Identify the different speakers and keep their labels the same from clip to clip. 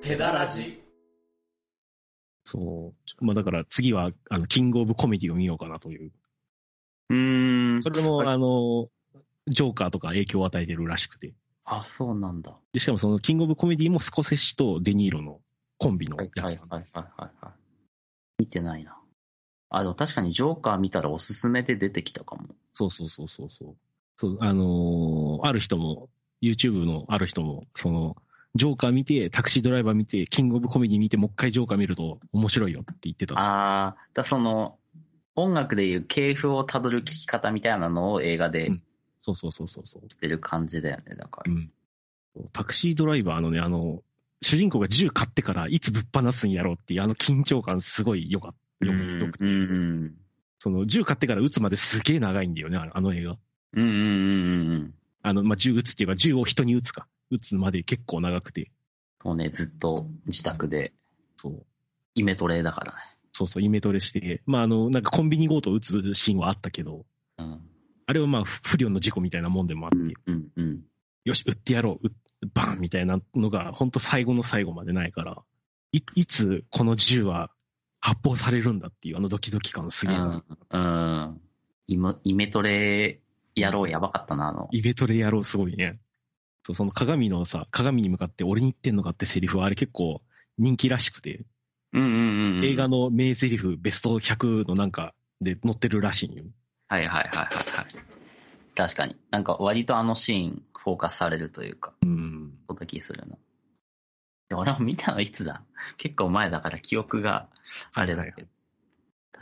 Speaker 1: ペダラジ。
Speaker 2: そう。まあだから次は、あの、キングオブコメディを見ようかなという。
Speaker 3: うーん。
Speaker 2: それも、
Speaker 3: あ
Speaker 2: あの、ジョーカーとか影響を与えてるらしくて。
Speaker 3: あ、そうなんだ。
Speaker 2: で、しかもその、キングオブコメディもスコセッシとデニーロのコンビの
Speaker 3: はい
Speaker 2: や
Speaker 3: はい
Speaker 2: つ。
Speaker 3: はいはいはい。見てないな。あ、でも確かにジョーカー見たらおすすめで出てきたかも。
Speaker 2: そうそうそうそうそう。そう、あのーある人も、YouTube のある人も、その、ジョーカー見て、タクシードライバー見て、キングオブコメディ見て、もう一回ジョーカー見ると面白いよって言ってた。
Speaker 3: あー、だその、音楽でいう系譜をたどる聴き方みたいなのを映画で
Speaker 2: うんそうそうそうそうそう。
Speaker 3: してる感じだよね、だか
Speaker 2: う
Speaker 3: ら。
Speaker 2: ん。タクシードライバーのね、あの、主人公が銃買ってからいつぶっ放すんやろうっていうあの緊張感すごい良かった。よよくて
Speaker 3: うんうん
Speaker 2: その銃買ってから撃つまですげえ長いんだよね、あのあの映画。
Speaker 3: うんうんうんうん。
Speaker 2: あの、まあ、銃撃つっていうか銃を人に撃つか。撃つまで結構長くて。
Speaker 3: そうね、ずっと自宅で、
Speaker 2: そう。
Speaker 3: イメトレだからね。
Speaker 2: そうそう、イメトレして。まあ、あの、なんかコンビニ強盗を撃つシーンはあったけど、
Speaker 3: うん。
Speaker 2: あれはまあ、不不良の事故みたいなもんでもあって、
Speaker 3: うんうん。
Speaker 2: よし、撃ってやろう、撃バーンみたいなのが、本当最後の最後までないから、いいつこの銃は発砲されるんだっていう、あのドキドキ感す
Speaker 3: う。
Speaker 2: げえなん
Speaker 3: うん。イメイメトレやろうやばかったな、あの。
Speaker 2: イベトレ野郎すごいね。そう、その鏡のさ、鏡に向かって俺に言ってんのかってセリフはあれ結構人気らしくて、
Speaker 3: うんうんうん。
Speaker 2: 映画の名セリフベスト100のなんかで載ってるらしいんよ。
Speaker 3: はいはいはいはいはい。確かに。なんか割とあのシーンフォーカスされるというか、
Speaker 2: うん。
Speaker 3: そんな気するな。で俺も見たのいつだ結構前だから記憶があれだけど。
Speaker 2: はいはい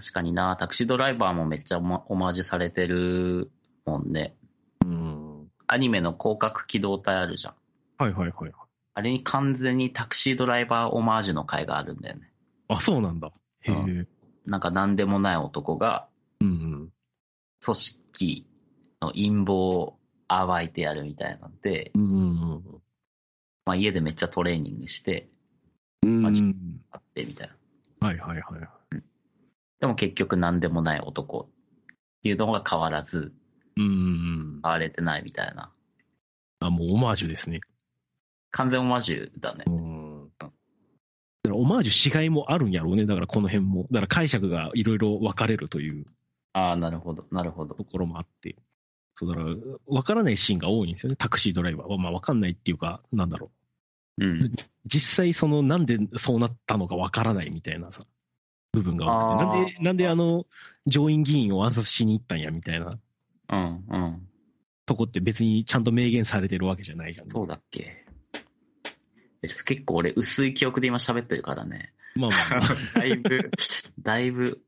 Speaker 3: 確かにな、タクシードライバーもめっちゃオマオマージュされてるもんね。
Speaker 2: うん。
Speaker 3: アニメの広角機動隊あるじゃん。
Speaker 2: はいはいはい。
Speaker 3: あれに完全にタクシードライバーオマージュの回があるんだよね。
Speaker 2: あ、そうなんだ。へえ。
Speaker 3: う
Speaker 2: うん
Speaker 3: なんか何でもない男が
Speaker 2: うん。
Speaker 3: 組織の陰謀を暴いてやるみたいなんで、
Speaker 2: うんうん
Speaker 3: まあ、家でめっちゃトレーニングして、
Speaker 2: うん。
Speaker 3: マジ
Speaker 2: うん。
Speaker 3: あってみたいな。
Speaker 2: はいはいはい。
Speaker 3: でも結局何でもない男っていうのが変わらず、
Speaker 2: うんうん。
Speaker 3: 変われてないみたいな。
Speaker 2: あ、もうオマージュですね。
Speaker 3: 完全オマージュだね。
Speaker 2: うん。だからオマージュしがいもあるんやろうね。だからこの辺も。だから解釈がいろいろ分かれるという
Speaker 3: ああ、なるほど、なるほど
Speaker 2: と。ころもあって。そうだから、分からないシーンが多いんですよね。タクシードライバーは。まあ分かんないっていうか、なんだろう。
Speaker 3: うん。
Speaker 2: 実際そのなんでそうなったのか分からないみたいなさ、部分が多くて。
Speaker 3: あー
Speaker 2: なんで、なんであの、上院議員を暗殺しに行ったんやみたいな
Speaker 3: うん、うん。
Speaker 2: とこって別にちゃんと明言されてるわけじゃないじゃん。
Speaker 3: そうだっけ。え結構俺薄い記憶で今喋ってるからね。
Speaker 2: まあまあまあ。
Speaker 3: だいぶ、だいぶ、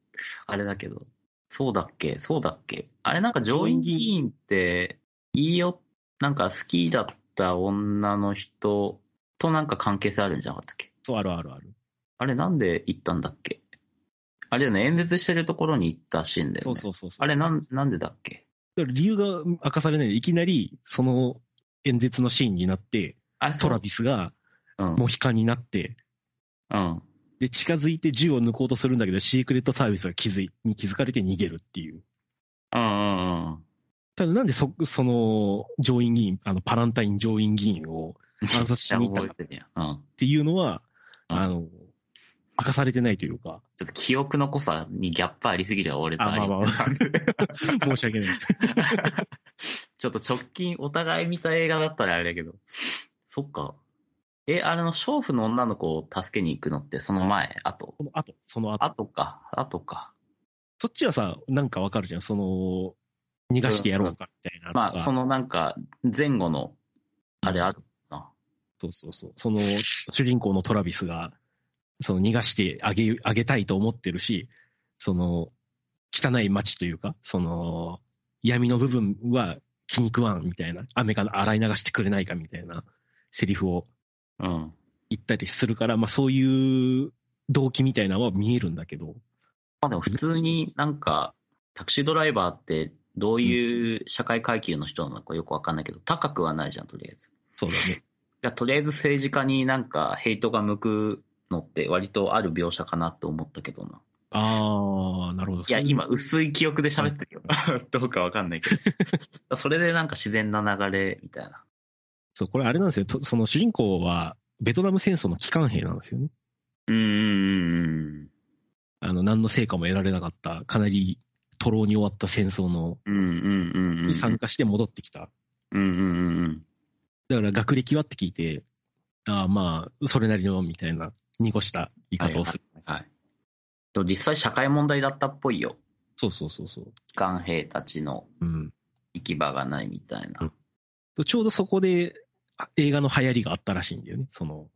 Speaker 3: あれだけど。そうだっけそうだっけあれなんか上院議員って、いいよ、なんか好きだった女の人となんか関係性あるんじゃなかったっけ
Speaker 2: そう、あるあるある。
Speaker 3: あれなんで行ったんだっけあれだよね、演説してるところに行ったシーンだよ
Speaker 2: そ
Speaker 3: ね。
Speaker 2: うそうそうそう。
Speaker 3: あれなん、なんでだっけ
Speaker 2: だから理由が明かされないで、いきなりその演説のシーンになって、
Speaker 3: あれ
Speaker 2: トラビスが
Speaker 3: うん。
Speaker 2: モヒカンになって、
Speaker 3: うん。
Speaker 2: で、近づいて銃を抜こうとするんだけど、シークレットサービスが気づいに気づかれて逃げるっていう。
Speaker 3: うんうんうん。
Speaker 2: ただなんでそ、その、上院議員、あの、パランタイン上院議員を暗殺しに行った
Speaker 3: 覚
Speaker 2: かっ
Speaker 3: えてるやん。うん。
Speaker 2: ていうのは、
Speaker 3: うん
Speaker 2: あの、明かされてないという か、
Speaker 3: ちょっと記憶の濃さにギャップありすぎるよ、俺と
Speaker 2: あまあまあ
Speaker 3: 有田さん
Speaker 2: 申し訳ない。
Speaker 3: ちょっと直近お互い見た映画だったらあれだけど。 そっか。え、あれの娼婦の女の子を助けに行くのってその前後
Speaker 2: その後、その後。
Speaker 3: 後か。後か。
Speaker 2: そっちはさ、なんかわかるじゃん、その、逃がしてやろうかみたいなとか。
Speaker 3: まあ、そのなんか、前後の、あれあるな。
Speaker 2: そうそうそう。その、主人公のトラビスが、その逃がしてあげ、あげたいと思ってるし、その、汚い街というか、その、闇の部分は気に食わんみたいな、雨から洗い流してくれないかみたいなセリフを
Speaker 3: うん。
Speaker 2: 言ったりするから、まあそういう動機みたいなのは見えるんだけど、
Speaker 3: まあでも普通になんか、タクシードライバーってどういう社会階級の人なのかよくわかんないけど、高くはないじゃん、とりあえず。
Speaker 2: そうだね。
Speaker 3: じゃあとりあえず政治家になんかヘイトが向くのって割とある描写かなって思ったけどな。
Speaker 2: あー、なるほど。
Speaker 3: いや、今薄い記憶で喋ってるよ。どうかわかんない けど。それでなんか自然な流れみたいな。
Speaker 2: そう、これあれなんですよ。とその主人公は、ベトナム戦争の機関兵なんですよね。
Speaker 3: うんうん
Speaker 2: あの、何の成果も得られなかった、かなり徒労に終わった戦争の、
Speaker 3: うんうん。うんうんうんうん。
Speaker 2: に参加して戻ってきた。
Speaker 3: うんうんうん
Speaker 2: だから学歴はって聞いて、ああまあ、それなりの、みたいな、濁した言い方をする。
Speaker 3: うん。はい。でも実際社会問題だったっぽいよ。
Speaker 2: そうそうそうそう。
Speaker 3: 機関兵たちの
Speaker 2: うん。
Speaker 3: 行き場がないみたいな。
Speaker 2: ちょうどそこであ映画の流行りがあったらしいんだよね。その、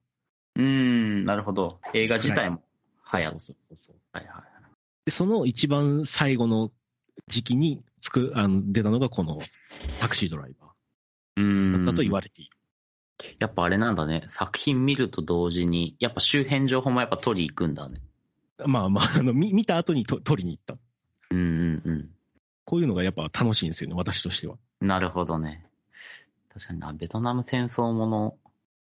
Speaker 3: うーん、なるほど。映画自体も流行っ
Speaker 2: そうそうそうそう
Speaker 3: た。はいはい。
Speaker 2: で、その一番最後の時期につくあの出たのがこのタクシードライバ
Speaker 3: う
Speaker 2: ーだ
Speaker 3: ん。
Speaker 2: ったと言われている。
Speaker 3: やっぱあれなんだね。作品見ると同時に、やっぱ周辺情報もやっぱ取り行くんだね。
Speaker 2: まあまあ、あの、見見た後にと撮りに行った。
Speaker 3: うんうん
Speaker 2: こういうのがやっぱ楽しいんですよね、私としては。
Speaker 3: うん。なるほどね。確かにな、ベトナム戦争もの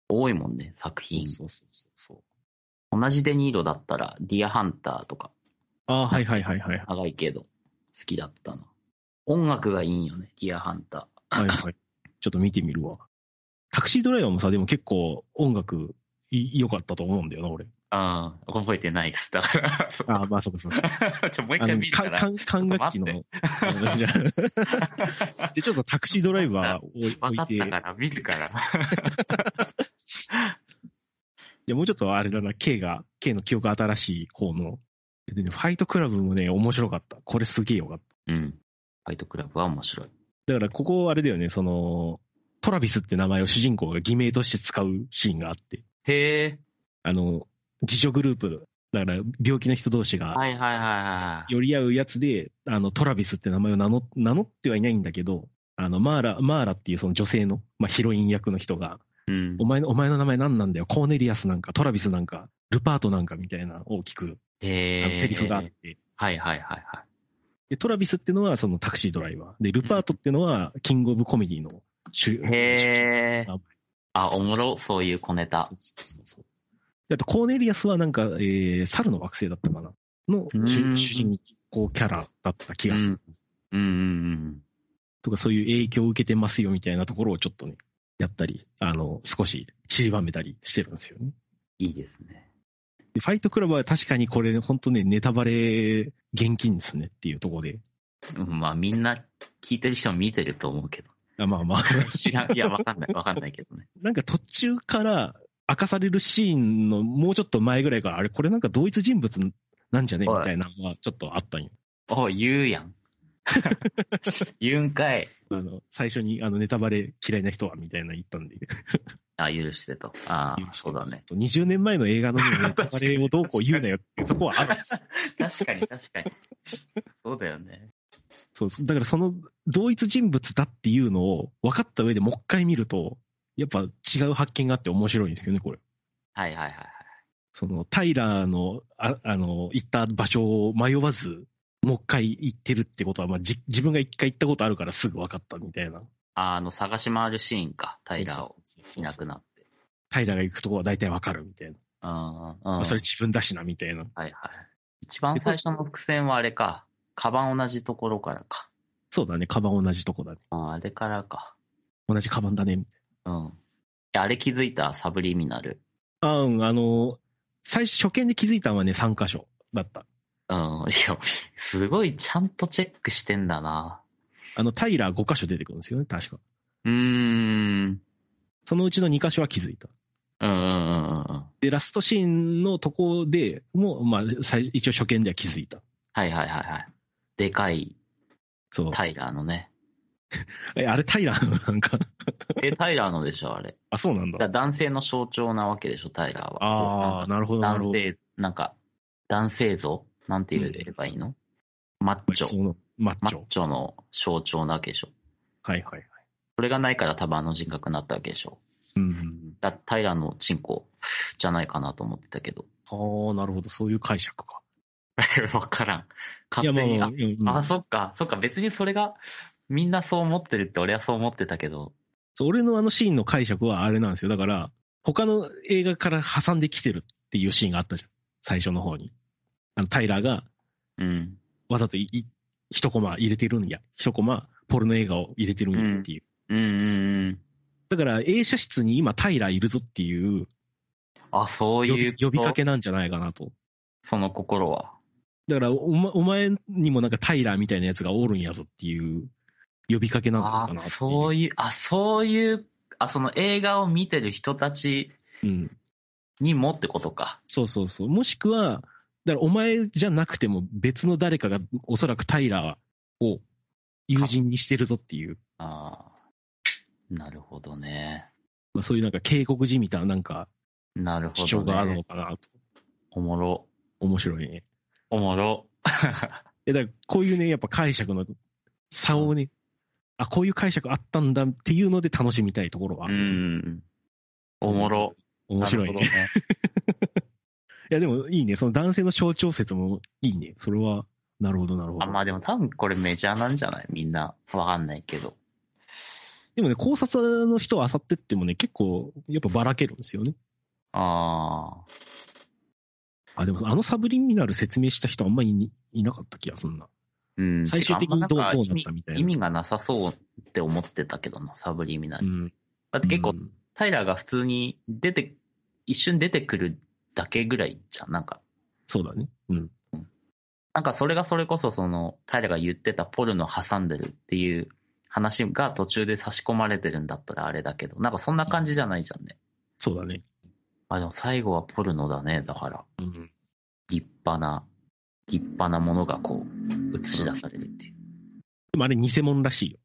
Speaker 3: 多いもんね、作品。
Speaker 2: そうそうそうそう。
Speaker 3: 同じデニーロだったら、ディアハンターとか、
Speaker 2: ああ、はいはいはいはい。
Speaker 3: 長いけど、好きだったな。音楽がいいんよね、ディアハンタ
Speaker 2: はいはい。 ちょっと見てみるわ。タクシードライバーもさ、でも結構音楽い良かったと思うんだよな、俺。
Speaker 3: ー。ああ、覚えてないっす。だから、そう
Speaker 2: ああ、まあそうかそうか。
Speaker 3: ちょ、もう一
Speaker 2: あ
Speaker 3: 回
Speaker 2: の
Speaker 3: 見、るか
Speaker 2: か、
Speaker 3: ら。
Speaker 2: かん、管楽器の、あ のじゃあで、ちょっとタクシードライバーを置い
Speaker 3: 分かっ
Speaker 2: 置いて、
Speaker 3: たから、見るから。
Speaker 2: でもうちょっとあれだな、K が、K の記憶新しい方の、でねファイトクラブもね、面白かった。これすげえよかっ
Speaker 3: うん。ファイトクラブは面白い。
Speaker 2: た。だからここあれだよね、その、トラビスって名前を主人公が偽名として使うシーンがあって、
Speaker 3: へえ。
Speaker 2: あの、自助グループ、だから病気の人同士が
Speaker 3: はいはいはいはい。
Speaker 2: 寄り合うやつで、あの、トラビスって名前を名乗名乗ってはいないんだけど、あの、マーラ、マーラっていうその女性の、まあ、ヒロイン役の人が、
Speaker 3: うん
Speaker 2: お前の、お前の名前何なんだよ、コーネリアスなんか、トラビスなんか、ルパートなんかみたいな大きく、あ
Speaker 3: へ
Speaker 2: の、
Speaker 3: え。
Speaker 2: セリフがあって、
Speaker 3: はいはいはいは
Speaker 2: で、トラビスってのはそのタクシードライバー。で、ルパートってのはキングオブコメディの主
Speaker 3: い。へえ
Speaker 2: あ。
Speaker 3: あ、おもろ、そういう小ネタ
Speaker 2: そう。そうそうであと、コーネリアスはなんか、えー、猿の惑星だったかなの
Speaker 3: う
Speaker 2: 主
Speaker 3: ん
Speaker 2: 主人公キャラだった気
Speaker 3: う
Speaker 2: が
Speaker 3: ん。う
Speaker 2: する。
Speaker 3: んうん
Speaker 2: とか、そういう影響を受けてますよみたいなところをちょっとね、やったり、あの、少し散りばめたりしてるんですよね。
Speaker 3: うん。いいですね。
Speaker 2: で、ファイトクラブは確かにこれ、本当ね、ネタバレ厳禁ですねっていうところで。
Speaker 3: うんまあみんな聞いてる人も見てると思うけど。
Speaker 2: あまあまあ、
Speaker 3: 知らん。いや、わかんない。わかんないけどね。
Speaker 2: なんか途中から明かされるシーンのもうちょっと前ぐらいから、あれ、これなんか同一人物なんじゃねみ
Speaker 3: はい
Speaker 2: たいなのはちょっとあったんよ。
Speaker 3: お言うやん。 言うんかい。
Speaker 2: あの最初にあのネタバレ嫌いな人はみたいなの言ったんで、
Speaker 3: あ、許してと。ああ、そうだね。
Speaker 2: 20年前の映画の ネタバ
Speaker 3: 確か
Speaker 2: レ
Speaker 3: に
Speaker 2: をどうこう言うなよっていうとこはあるんですよ。
Speaker 3: 確かに確かに。そうだよね。
Speaker 2: そうそうだからその同一人物だっていうのを分かった上でもう一回見ると、やっぱ違う発見があって面白いんですよね、これ。
Speaker 3: はいはいはいはい。
Speaker 2: そのタイラーのああの行った場所を迷わず、もう一回行ってるってことは、まあ、じ自分が一回行ったことあるからすぐ分かったみたいな。
Speaker 3: ああの、探し回るシーンか、タイラーを
Speaker 2: そうそうそう
Speaker 3: いなくなって。
Speaker 2: タイラーが行くとこは大体分かるみたいな。
Speaker 3: あ
Speaker 2: ま
Speaker 3: あ、
Speaker 2: あそ
Speaker 3: そ
Speaker 2: れ
Speaker 3: れ。
Speaker 2: 自分だしなみたいな。
Speaker 3: はいはい。一番最初の伏線はあれか。カバン同じところからか。
Speaker 2: そうだね、カバン同じとこだね。
Speaker 3: うん、あれからか。
Speaker 2: 同じカバンだねみたい
Speaker 3: うん。いやあれ気づいた、サブリミナル。
Speaker 2: な。あーうん、あの、最初、初見で気づいたのはね、3箇所だった。
Speaker 3: うん。いや、すごいちゃんとチェックしてんだな。
Speaker 2: あの、タイラー5箇所出てくるんですよね、確か。
Speaker 3: うーん。
Speaker 2: そのうちの2箇所は気づいた。
Speaker 3: うんうんうんうん。
Speaker 2: で、ラストシーンのとこでも、まあ、最一応初見では気づいた。
Speaker 3: はいはいはいはい。でかい
Speaker 2: そう。
Speaker 3: タイラーのね。
Speaker 2: え、あれタイラーの なんか。
Speaker 3: え、タイラーのでし ょ、あれ。
Speaker 2: あ、そうなん
Speaker 3: だから
Speaker 2: だ。
Speaker 3: 男性の象徴なわけでしょ、タイラーは。
Speaker 2: ああ、なるほど、なる
Speaker 3: 男
Speaker 2: ほど。
Speaker 3: 性、なんか、男性像なんて言えばいいの、マッチ
Speaker 2: そ
Speaker 3: ョ。
Speaker 2: のマッ
Speaker 3: マ
Speaker 2: チョ
Speaker 3: ッ。チョの象徴なわけでしょ。
Speaker 2: はいはいはい。
Speaker 3: それがないから多分あの人格になったわけでしょ。
Speaker 2: うん。
Speaker 3: だタイラのチンコじゃないかなと思ってた けど。
Speaker 2: はあ、なるほど。そういう解釈か。
Speaker 3: わからん。
Speaker 2: いや、
Speaker 3: 勝
Speaker 2: まあ、
Speaker 3: 手に。あ
Speaker 2: うんうん
Speaker 3: あ、そっか、そっか、別にそれが、みんなそう思ってるって俺はそう思ってたけど。
Speaker 2: そう俺のあのシーンの解釈はあれなんですよ。だから、他の映画から挟んできてるっていうシーンがあったじゃん。最初の方に。あの、タイラーが
Speaker 3: うん。
Speaker 2: わざといい一コマ入れてるんや。一コマ、ポルノ映画を入れてるんやっていう。
Speaker 3: うんうんうん。
Speaker 2: だから、映写室に今タイラーいるぞっていう
Speaker 3: あ、そう
Speaker 2: 呼
Speaker 3: い
Speaker 2: び
Speaker 3: う
Speaker 2: 呼びか
Speaker 3: け。
Speaker 2: けなんじゃないかなと。
Speaker 3: その心は。
Speaker 2: だからお、ま、お前にもなんかタイラーみたいなやつがおるんやぞっていう呼びかけなの
Speaker 3: あ
Speaker 2: かなっていう。
Speaker 3: そういう、あ、そういう、あ、その映画を見てる人たち
Speaker 2: うん。
Speaker 3: にもってことか。
Speaker 2: そうそうそう。もしくは、だからお前じゃなくても別の誰かがおそらくタイラーを友人にしてるぞっていう、
Speaker 3: ああ。なるほどね。
Speaker 2: まあ、そういうなんか警告じみたなんか
Speaker 3: なるほど、ね。
Speaker 2: 主張があるのかなと。
Speaker 3: おもろ。
Speaker 2: 面白いね。
Speaker 3: おもろ。
Speaker 2: え、だからこういうね、やっぱ解釈の差をね、あ、こういう解釈あったんだっていうので楽しみたいところは
Speaker 3: う。ん。おもろ。
Speaker 2: 面白い
Speaker 3: な
Speaker 2: ね。
Speaker 3: るほどね。
Speaker 2: いや、でもいいね。その男性の象徴説もいいね。それは、なるほど、なるほど。
Speaker 3: あ、まあでも多分これメジャーなんじゃないみんな。わかんないけど。
Speaker 2: でもね、考察の人を漁ってってもね、結構、やっぱばらけるんですよね。
Speaker 3: ああ。
Speaker 2: あ、でもあのサブリミナル説明した人あんまりいいなかった気がそんな。
Speaker 3: うん。
Speaker 2: 最終的にどう
Speaker 3: てかあんまんか
Speaker 2: どうなったみたいな
Speaker 3: 意味意味がなさそうって思ってたけどな、サブリミナ
Speaker 2: う
Speaker 3: ル。
Speaker 2: ん。
Speaker 3: だって結構、
Speaker 2: うん
Speaker 3: タイラーが普通に出て、一瞬出てくるだけぐらいじゃん。なんか、
Speaker 2: そうだね。うん。
Speaker 3: なんかそれがそれこそその、タイラーが言ってたポルノ挟んでるっていう話が途中で差し込まれてるんだったらあれだけど、なんかそんな感じじゃないじゃんね。
Speaker 2: そうだね。
Speaker 3: あ、でも最後はポルノだね。だから、
Speaker 2: うん。
Speaker 3: 立派な、立派なものがこう、映し出されるっていう。
Speaker 2: でもあれ偽物らしいよ。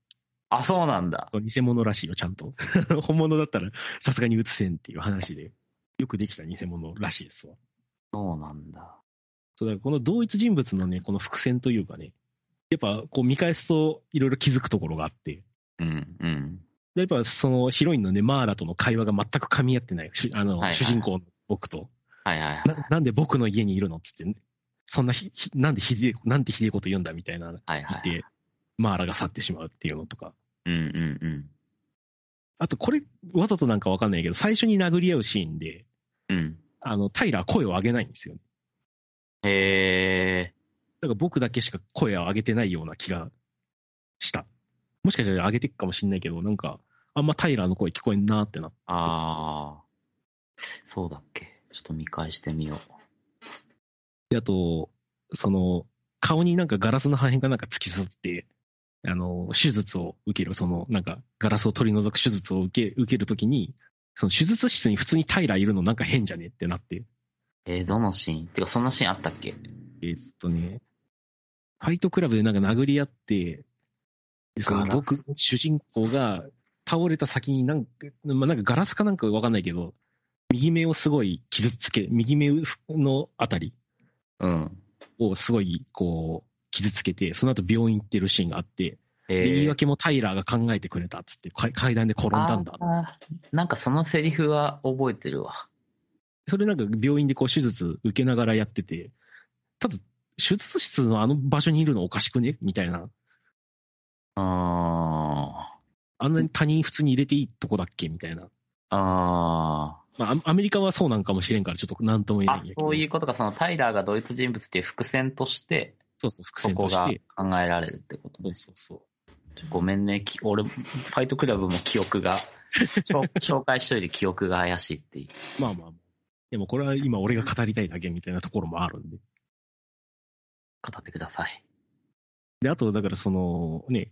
Speaker 3: あ、そうなんだ。
Speaker 2: 偽物らしいよ、ちゃんと。 本物だったらさすがに映せんっていう話で。よくできた偽物らしいですわ。
Speaker 3: そうなんだ。
Speaker 2: そうだからこの同一人物のね、この伏線というかね、やっぱこう見返すといろいろ気づくところがあって、
Speaker 3: うん、うん。
Speaker 2: でやっぱそのヒロインのね、マーラとの会話が全く噛み合ってない、しあの、
Speaker 3: はいはい
Speaker 2: 主人公の僕と、
Speaker 3: はいはいはい。
Speaker 2: ななんで僕の家にいるのっつってね、そんなひ、ひなんでひでえ、なんてひでえこと言うんだみたいな、言
Speaker 3: はいは
Speaker 2: っ
Speaker 3: い。
Speaker 2: て、マーラが去ってしまうっていうのとか、
Speaker 3: うんうん
Speaker 2: あとこれ、わざとなんかわかんないけど、最初に殴り合うシーンで、
Speaker 3: うん。うん。
Speaker 2: あの、タイラー声を上げないんですよね。
Speaker 3: へえ。
Speaker 2: だから僕だけしか声を上げてないような気がした。もしかしたら上げてくかもしんないけど、なんか、あんまタイラーの声聞こえんなってな。
Speaker 3: ああ。そうだっけ。ちょっと見返してみよう。
Speaker 2: で、あと、その、顔になんかガラスの破片がなんか突き刺さって、あの、手術を受ける、その、なんか、ガラスを取り除く手術を受け、受けるときに、その手術室に普通にタイラーいるのなんか変じゃねってなって。
Speaker 3: えー、どのシーンてか、そんなシーンあったっけ
Speaker 2: えーっとね、ファイトクラブでなんか殴り合って、でその
Speaker 3: ガラス
Speaker 2: 僕、主人公が倒れた先になんか、まあ、なんかガラスかなんかわかんないけど、右目をすごい傷つけ、右目のあたり
Speaker 3: うん。
Speaker 2: をすごいこう、傷つけて、その後病院行ってるシーンがあって、
Speaker 3: え
Speaker 2: で
Speaker 3: ー、
Speaker 2: 言い訳もタイラーが考えてくれたっつって、か階段で転んだんだ。
Speaker 3: あーなんかそのセリフは覚えてるわ。
Speaker 2: それなんか病院でこう手術受けながらやってて、ただ、手術室のあの場所にいるのおかしくねみたいな。
Speaker 3: あ
Speaker 2: あんなに他人普通に入れていいとこだっけみたいな。
Speaker 3: あ。あ
Speaker 2: まあ、アアメリカはそうなんかもしれんから、ちょっと何とも言
Speaker 3: あ。
Speaker 2: えな
Speaker 3: あ
Speaker 2: いんや、けど。。
Speaker 3: そういううことか。そのタイラーがドイツ人物っていう伏線として、
Speaker 2: そうそう、伏
Speaker 3: そ
Speaker 2: 線
Speaker 3: こと
Speaker 2: し
Speaker 3: が
Speaker 2: て。
Speaker 3: 考えられるってこと
Speaker 2: そ
Speaker 3: ね
Speaker 2: う。そうそう。
Speaker 3: ごめんね、き俺、ファイトクラブも記 憶が、紹紹介しといて記憶が怪しいっていう。
Speaker 2: まあまあまあ。でもこれは今俺が語りたいだけみたいなところもあるんで。
Speaker 3: 語ってください。
Speaker 2: で、あと、だからその、ね、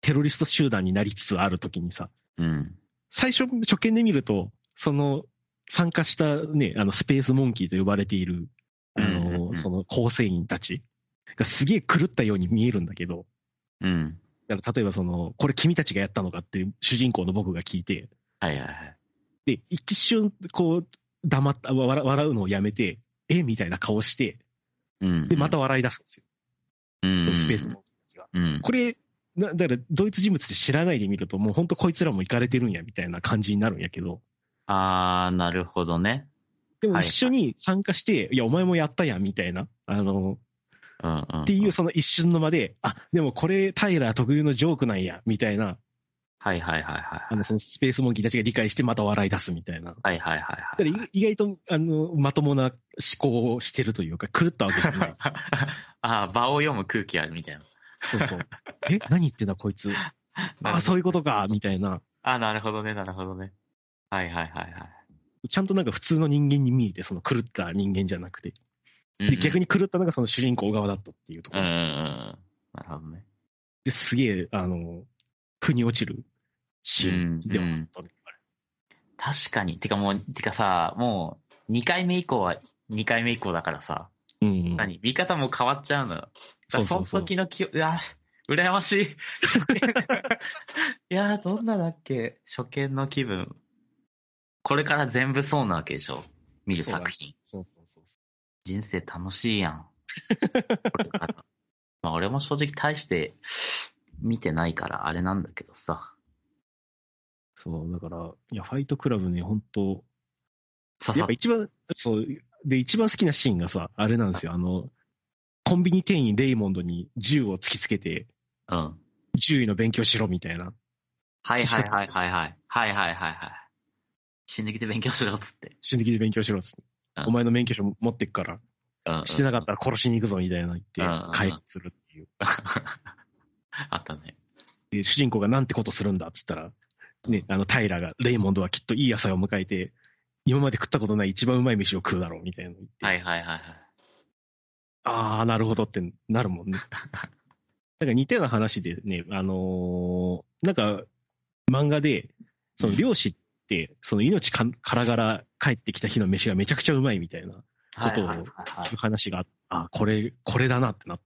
Speaker 2: テロリスト集団になりつつあるときにさ、
Speaker 3: うん。
Speaker 2: 最初、初見で見ると、その、参加したね、あの、スペースモンキーと呼ばれている、あ
Speaker 3: うんうんう
Speaker 2: の、
Speaker 3: ん
Speaker 2: その構成員たちがすげえ狂ったように見えるんだけど、
Speaker 3: うん。
Speaker 2: だから例えばその、これ君たちがやったのかって主人公の僕が聞いて、
Speaker 3: はいはいはい。
Speaker 2: で、一瞬こう、黙った、わ笑笑うのをやめて、えみたいな顔して、
Speaker 3: うん。
Speaker 2: で、また笑い出すんですよ。
Speaker 3: うん、
Speaker 2: そのスペースの人たちが。
Speaker 3: うん。
Speaker 2: これ、なだから、ドイツ人物って知らないで見ると、もう本当こいつらも行かれてるんや、みたいな感じになるんやけど、
Speaker 3: あー、なるほどね。
Speaker 2: でも
Speaker 3: はい
Speaker 2: 一緒に参加して、いや、お前もやったやん、みたいな、あの、
Speaker 3: うんうん。
Speaker 2: っていう。その一瞬の間で、あ、でもこれ、タイラー特有のジョークなんや、みたいな、
Speaker 3: はいはいはいはい。
Speaker 2: あの、そのスペースモンキーたちが理解して、また笑い出すみたいな。
Speaker 3: はいはいは
Speaker 2: だか
Speaker 3: い
Speaker 2: ら
Speaker 3: はい。。
Speaker 2: い意外とあのまともな思考をしてるというか、狂ったわけじゃない
Speaker 3: あー、場を読む空気あるみたいな。
Speaker 2: そうそう。え、何言ってんだ、こい つ。あ
Speaker 3: なるほど
Speaker 2: そういうことか、みたいな。
Speaker 3: あー、なるほどね、なるほどね。はいはいはいはい。
Speaker 2: ちゃんとなんか普通の人間に見えて、その狂った人間じゃなくて。で、逆
Speaker 1: に。
Speaker 2: に狂ったのがその主人公側だったっていうとこ
Speaker 1: うんうん
Speaker 2: ろ。
Speaker 1: うん。なるほどね。
Speaker 2: ですげえ、あの、腑に落ちるシーンではあったね。
Speaker 1: 確かに。てかもう、てかさ、もう、2回目以降は2回目以降だからさ、
Speaker 2: うんうん。
Speaker 1: 何見方も変わっちゃうのよ。
Speaker 2: そうそう
Speaker 1: そ
Speaker 2: そう
Speaker 1: の時の記憶、うわ、羨ま しい。いやー、どんなだっけ初見の気分。これから全部そうなわけでしょ見る作品。
Speaker 2: そうそうそうそ
Speaker 1: 人生楽しいやん。これからまあ、俺も正直大して見てないからあれなんだけどさ。
Speaker 2: う。そう、だから、いや、ファイトクラブね、本当
Speaker 1: 刺さ
Speaker 2: やっ
Speaker 1: っ
Speaker 2: ぱ一番、そう、で、一番好きなシーンがさ、あれなんですよ、あの、コンビニ店員レイモンドに銃を突きつけて、
Speaker 1: うん。はい
Speaker 2: 獣医の勉強しろみたいな。
Speaker 1: はいはいはいはい。はいはいはいはい。死んできて勉強しろっつって。
Speaker 2: 死ぬ気で勉強しろっつって。
Speaker 1: うん
Speaker 2: お前の免許証持ってっから、
Speaker 1: うんうん
Speaker 2: してなかったら殺しに行くぞみたいな言って
Speaker 1: うん、
Speaker 2: 回復するっていう。
Speaker 1: あったね。
Speaker 2: で、主人公がなんてことするんだっつったら、ね、あの、タイラが、レイモンドはきっといい野菜を迎えて、今まで食ったことない一番うまい飯を食うだろうみたいなの言って、
Speaker 1: はいはいはいはい。
Speaker 2: あー、なるほどってなる もんね。なんか似たような話でね、あのーなんか、漫画で、その漁師って、その命かからがら帰ってきた日の飯がめちゃくちゃうまいみたいなことを
Speaker 1: はいはいはいはい
Speaker 2: 話がああ、これ、これだなってなっ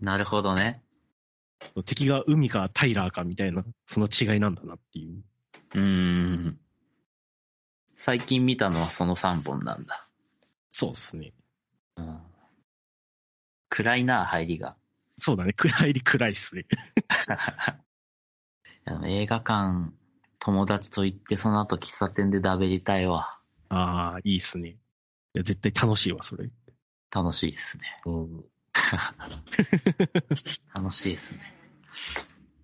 Speaker 1: なるほどね。
Speaker 2: た。敵が海かタイラーかみたいな、その違いなんだなっていう。
Speaker 1: うーん。最近見たのはその3本なんだ。
Speaker 2: そうですね。
Speaker 1: うん。暗いな、入りが。
Speaker 2: そうだね。暗いり暗いっすね。
Speaker 1: あの映画館、友達と行って、その後喫茶店でダベりたいわ。
Speaker 2: ああ、いいっすね。いや、絶対楽しいわ、それ。
Speaker 1: 楽しいですね。
Speaker 2: うん。
Speaker 1: 楽しいですね。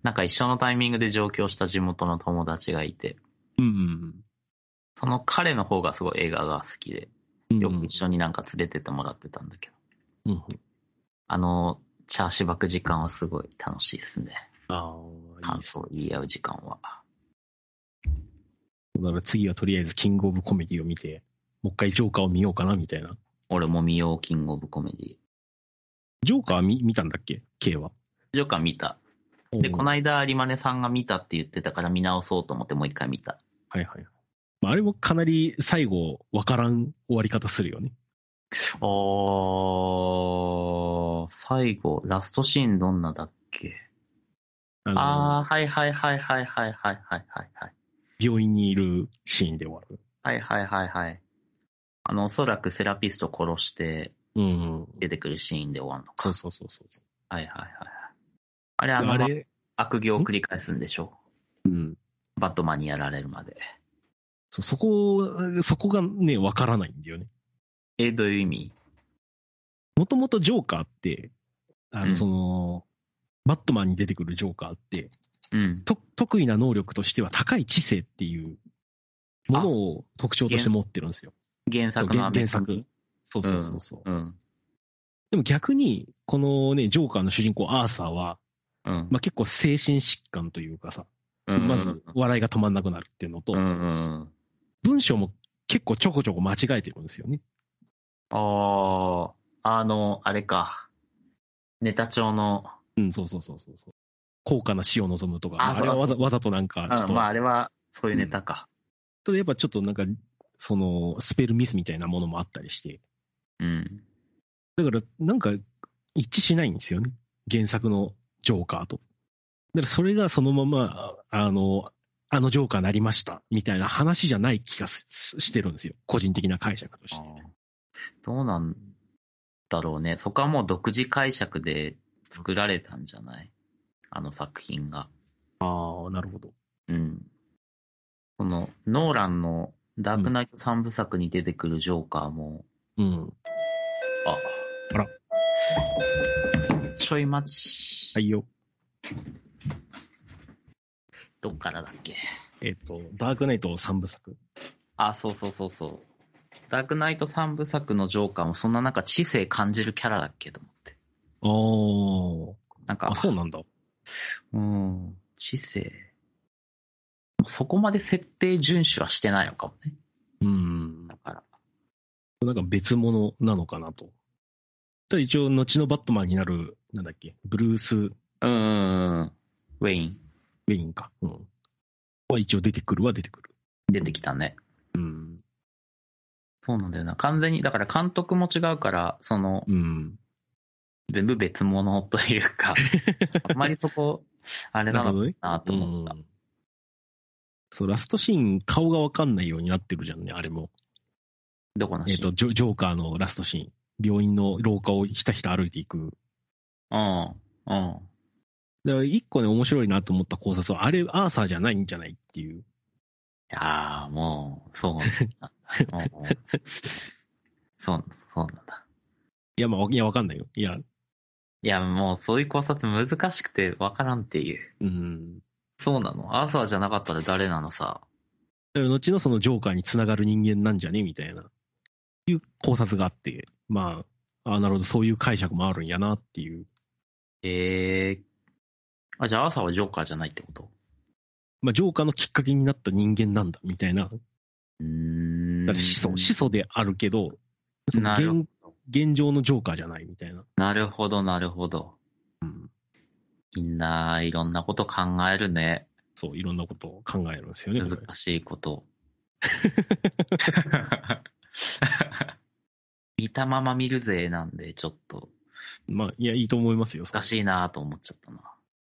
Speaker 1: なんか一緒のタイミングで上京した地元の友達がいて、
Speaker 2: うん。
Speaker 1: その彼の方がすごい映画が好きで、よく一緒になんか連れてってもらってたんだけど、
Speaker 2: うん。
Speaker 1: あの、チャーシバく時間はすごい楽しいですね。
Speaker 2: ああ、いいっ
Speaker 1: 感
Speaker 2: す。
Speaker 1: 想を言い合う時間は。
Speaker 2: だから次はとりあえずキングオブコメディを見て、もう一回ジョーカーを見ようかな、みたいな。
Speaker 1: 俺も見よう、キングオブコメディ。
Speaker 2: ジョーカーは見見たんだっけ ?K は。
Speaker 1: ジョーカー見た。で、この
Speaker 2: い。
Speaker 1: 間、有馬根さんが見たって言ってたから見直そうと思ってもう一回見た。
Speaker 2: はいはい。まああれもかなり最後、わからん終わり方するよね。
Speaker 1: おー、最後、ラストシーンどんなだっけ
Speaker 2: あの
Speaker 1: あー、はいはいはいはいはいはいはいはいはい。
Speaker 2: 病院にいるシーンで終わる。
Speaker 1: はいはいはいはい。あの、おそらくセラピスト殺して
Speaker 2: うん。
Speaker 1: 出てくるシーンで終わるのか。
Speaker 2: そうそうそうそう。
Speaker 1: はいはいはいはい。あれ、あの、
Speaker 2: あれ、
Speaker 1: 悪行を繰り返すんでしょ
Speaker 2: うん。
Speaker 1: バットマンにやられるまで。
Speaker 2: そそこ、そこがね、わからないんだよね。
Speaker 1: え、どういう意味
Speaker 2: もともとジョーカーって、あ
Speaker 1: うん
Speaker 2: の、その、バットマンに出てくるジョーカーって、
Speaker 1: うん。
Speaker 2: と得意な能力としては高い知性っていうものを特徴として持ってるんですよ。
Speaker 1: 原
Speaker 2: そう
Speaker 1: 作の
Speaker 2: 原
Speaker 1: アメ
Speaker 2: 原
Speaker 1: コミ
Speaker 2: 作。そうそうそうそう、
Speaker 1: うん。
Speaker 2: でも逆に、このね、ジョーカーの主人公アーサーは、
Speaker 1: うん。
Speaker 2: まあ、結構精神疾患というかさ、
Speaker 1: うん
Speaker 2: まず笑いが止まんなくなるっていうのと、
Speaker 1: うんうん。
Speaker 2: 文章も結構ちょこちょこ間違えてるんですよね。
Speaker 1: ああ、あの、あれか。ネタ帳の、
Speaker 2: うん、そうそうそうそうそう。高価な死を望むとか、
Speaker 1: あ
Speaker 2: あれはわざ
Speaker 1: そうそう
Speaker 2: わざとなんか、ちょ
Speaker 1: あ
Speaker 2: っと、
Speaker 1: まああれは、そういうネタか。
Speaker 2: ただやっぱちょっとなんか、その、スペルミスみたいなものもあったりして、
Speaker 1: うん。
Speaker 2: だから、なんか、一致しないんですよね。原作のジョーカーと。だから、それがそのまま、ああの、あのジョーカーになりました、みたいな話じゃない気がすすしてるんですよ。個人的な解釈として。
Speaker 1: どうなんだろうね。そこはもう独自解釈で作られたんじゃないあの作品が。
Speaker 2: ああ、なるほど。
Speaker 1: うん。その、ノーランのダークナイト三部作に出てくるジョーカーも、
Speaker 2: うん。
Speaker 1: あ、
Speaker 2: あら。
Speaker 1: ちょい待ち。
Speaker 2: はいよ。
Speaker 1: どっからだっけ
Speaker 2: えっ、と、ダークナイト三部作。
Speaker 1: あ、そうそうそうそう。ダークナイト三部作のジョーカーもそんななんか知性感じるキャラだっけと思って。
Speaker 2: あー
Speaker 1: なんか
Speaker 2: あ、、そうなんだ。
Speaker 1: うん、知性。そこまで設定遵守はしてないのかもね。
Speaker 2: なんか別物なのかなと。ただ一応、後のバットマンになる、なんだっけ、ブルース・ウ
Speaker 3: うんうんうん。ウェイン、
Speaker 2: ェインか。うん。は一応出てくるは出てくる。
Speaker 3: 出てきたね。
Speaker 2: うん。
Speaker 3: そうなんだよな。完全に、だから監督も違うから、その、
Speaker 2: うん。
Speaker 3: 全部別物という か、あんまりそこ、あれなのか
Speaker 2: どね。
Speaker 3: なと
Speaker 2: う
Speaker 3: 思っ
Speaker 2: ん
Speaker 3: た。。
Speaker 2: そう、ラストシーン、顔がわかんないようになってるじゃんね、あれも。
Speaker 3: どこの
Speaker 2: えっ、
Speaker 3: シー
Speaker 2: と
Speaker 3: ン、
Speaker 2: ジョ、ジョーカーのラストシーン。病院の廊下をひたひた歩いていく。
Speaker 3: うん。うん。
Speaker 2: だから一個ね、面白いなと思った考察は、あれ、アーサーじゃないんじゃないっていう。
Speaker 3: いやー、もう、そうなんだ。もうそう、そうなんだ。
Speaker 2: いや、まあ、いや、わかんないよ。いや、
Speaker 3: いや、もう、そういう考察難しくてわからんっていう。
Speaker 2: うん。
Speaker 3: そうなの。アーサーじゃなかったら誰なのさ。
Speaker 2: だから後のそのジョーカーにつながる人間なんじゃねみたいな、いう考察があって、まあ、あなるほど、そういう解釈もあるんやなっていう。
Speaker 3: えー。あ、じゃあアーサーはジョーカーじゃないってこと
Speaker 2: まあ、ジョーカーのきっかけになった人間なんだ、みたいな。
Speaker 3: うーん。
Speaker 2: だから始祖、始祖であるけど、その
Speaker 3: なる
Speaker 2: 現現状のジョーカーじゃないみたいな。
Speaker 3: なるほど、なるほど。みんな、いろんなこと考えるね。
Speaker 2: そう、いろんなことを考えるんですよね。こ
Speaker 3: 難
Speaker 2: れ
Speaker 3: しいこと。見たまま見るぜ、なんで、ちょっと、
Speaker 2: まあ、いや、いいと思いますよ。
Speaker 3: 難しいなと思っちゃったな。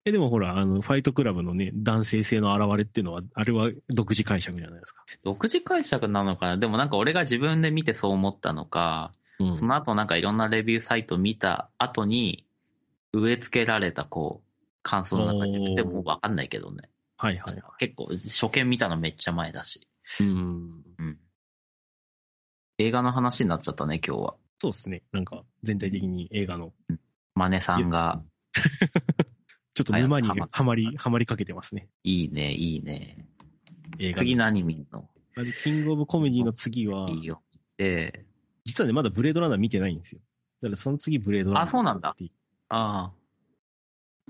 Speaker 2: えでもほら、あの、ファイトクラブのね、男性性の表れっていうのは、あれは独自解釈じゃないですか。
Speaker 3: 独自解釈なのかなでもなんか俺が自分で見てそう思ったのか、
Speaker 2: うん。
Speaker 3: その後なんかいろんなレビューサイト見た後に、植え付けられたこう、感想の中
Speaker 2: おー
Speaker 3: に。でももうわかんないけどね。
Speaker 2: はいはい。
Speaker 3: 結構、初見見たのめっちゃ前だし。
Speaker 2: うん。
Speaker 3: うん。映画の話になっちゃったね、今日は。
Speaker 2: そうですね。なんか、全体的に映画の
Speaker 3: マネさんが、
Speaker 2: ちょっと沼に
Speaker 3: はや
Speaker 2: はまり、はまりかけてますね。
Speaker 3: いいね、いいね。
Speaker 2: 映画に
Speaker 3: 次何見んの
Speaker 2: あのキングオブコメディの次は、
Speaker 3: いいよ。で、
Speaker 2: 実はね、まだブレードランナー見てないんですよ。だからその次ブレードランナー。
Speaker 3: あそうなんだ。ああ。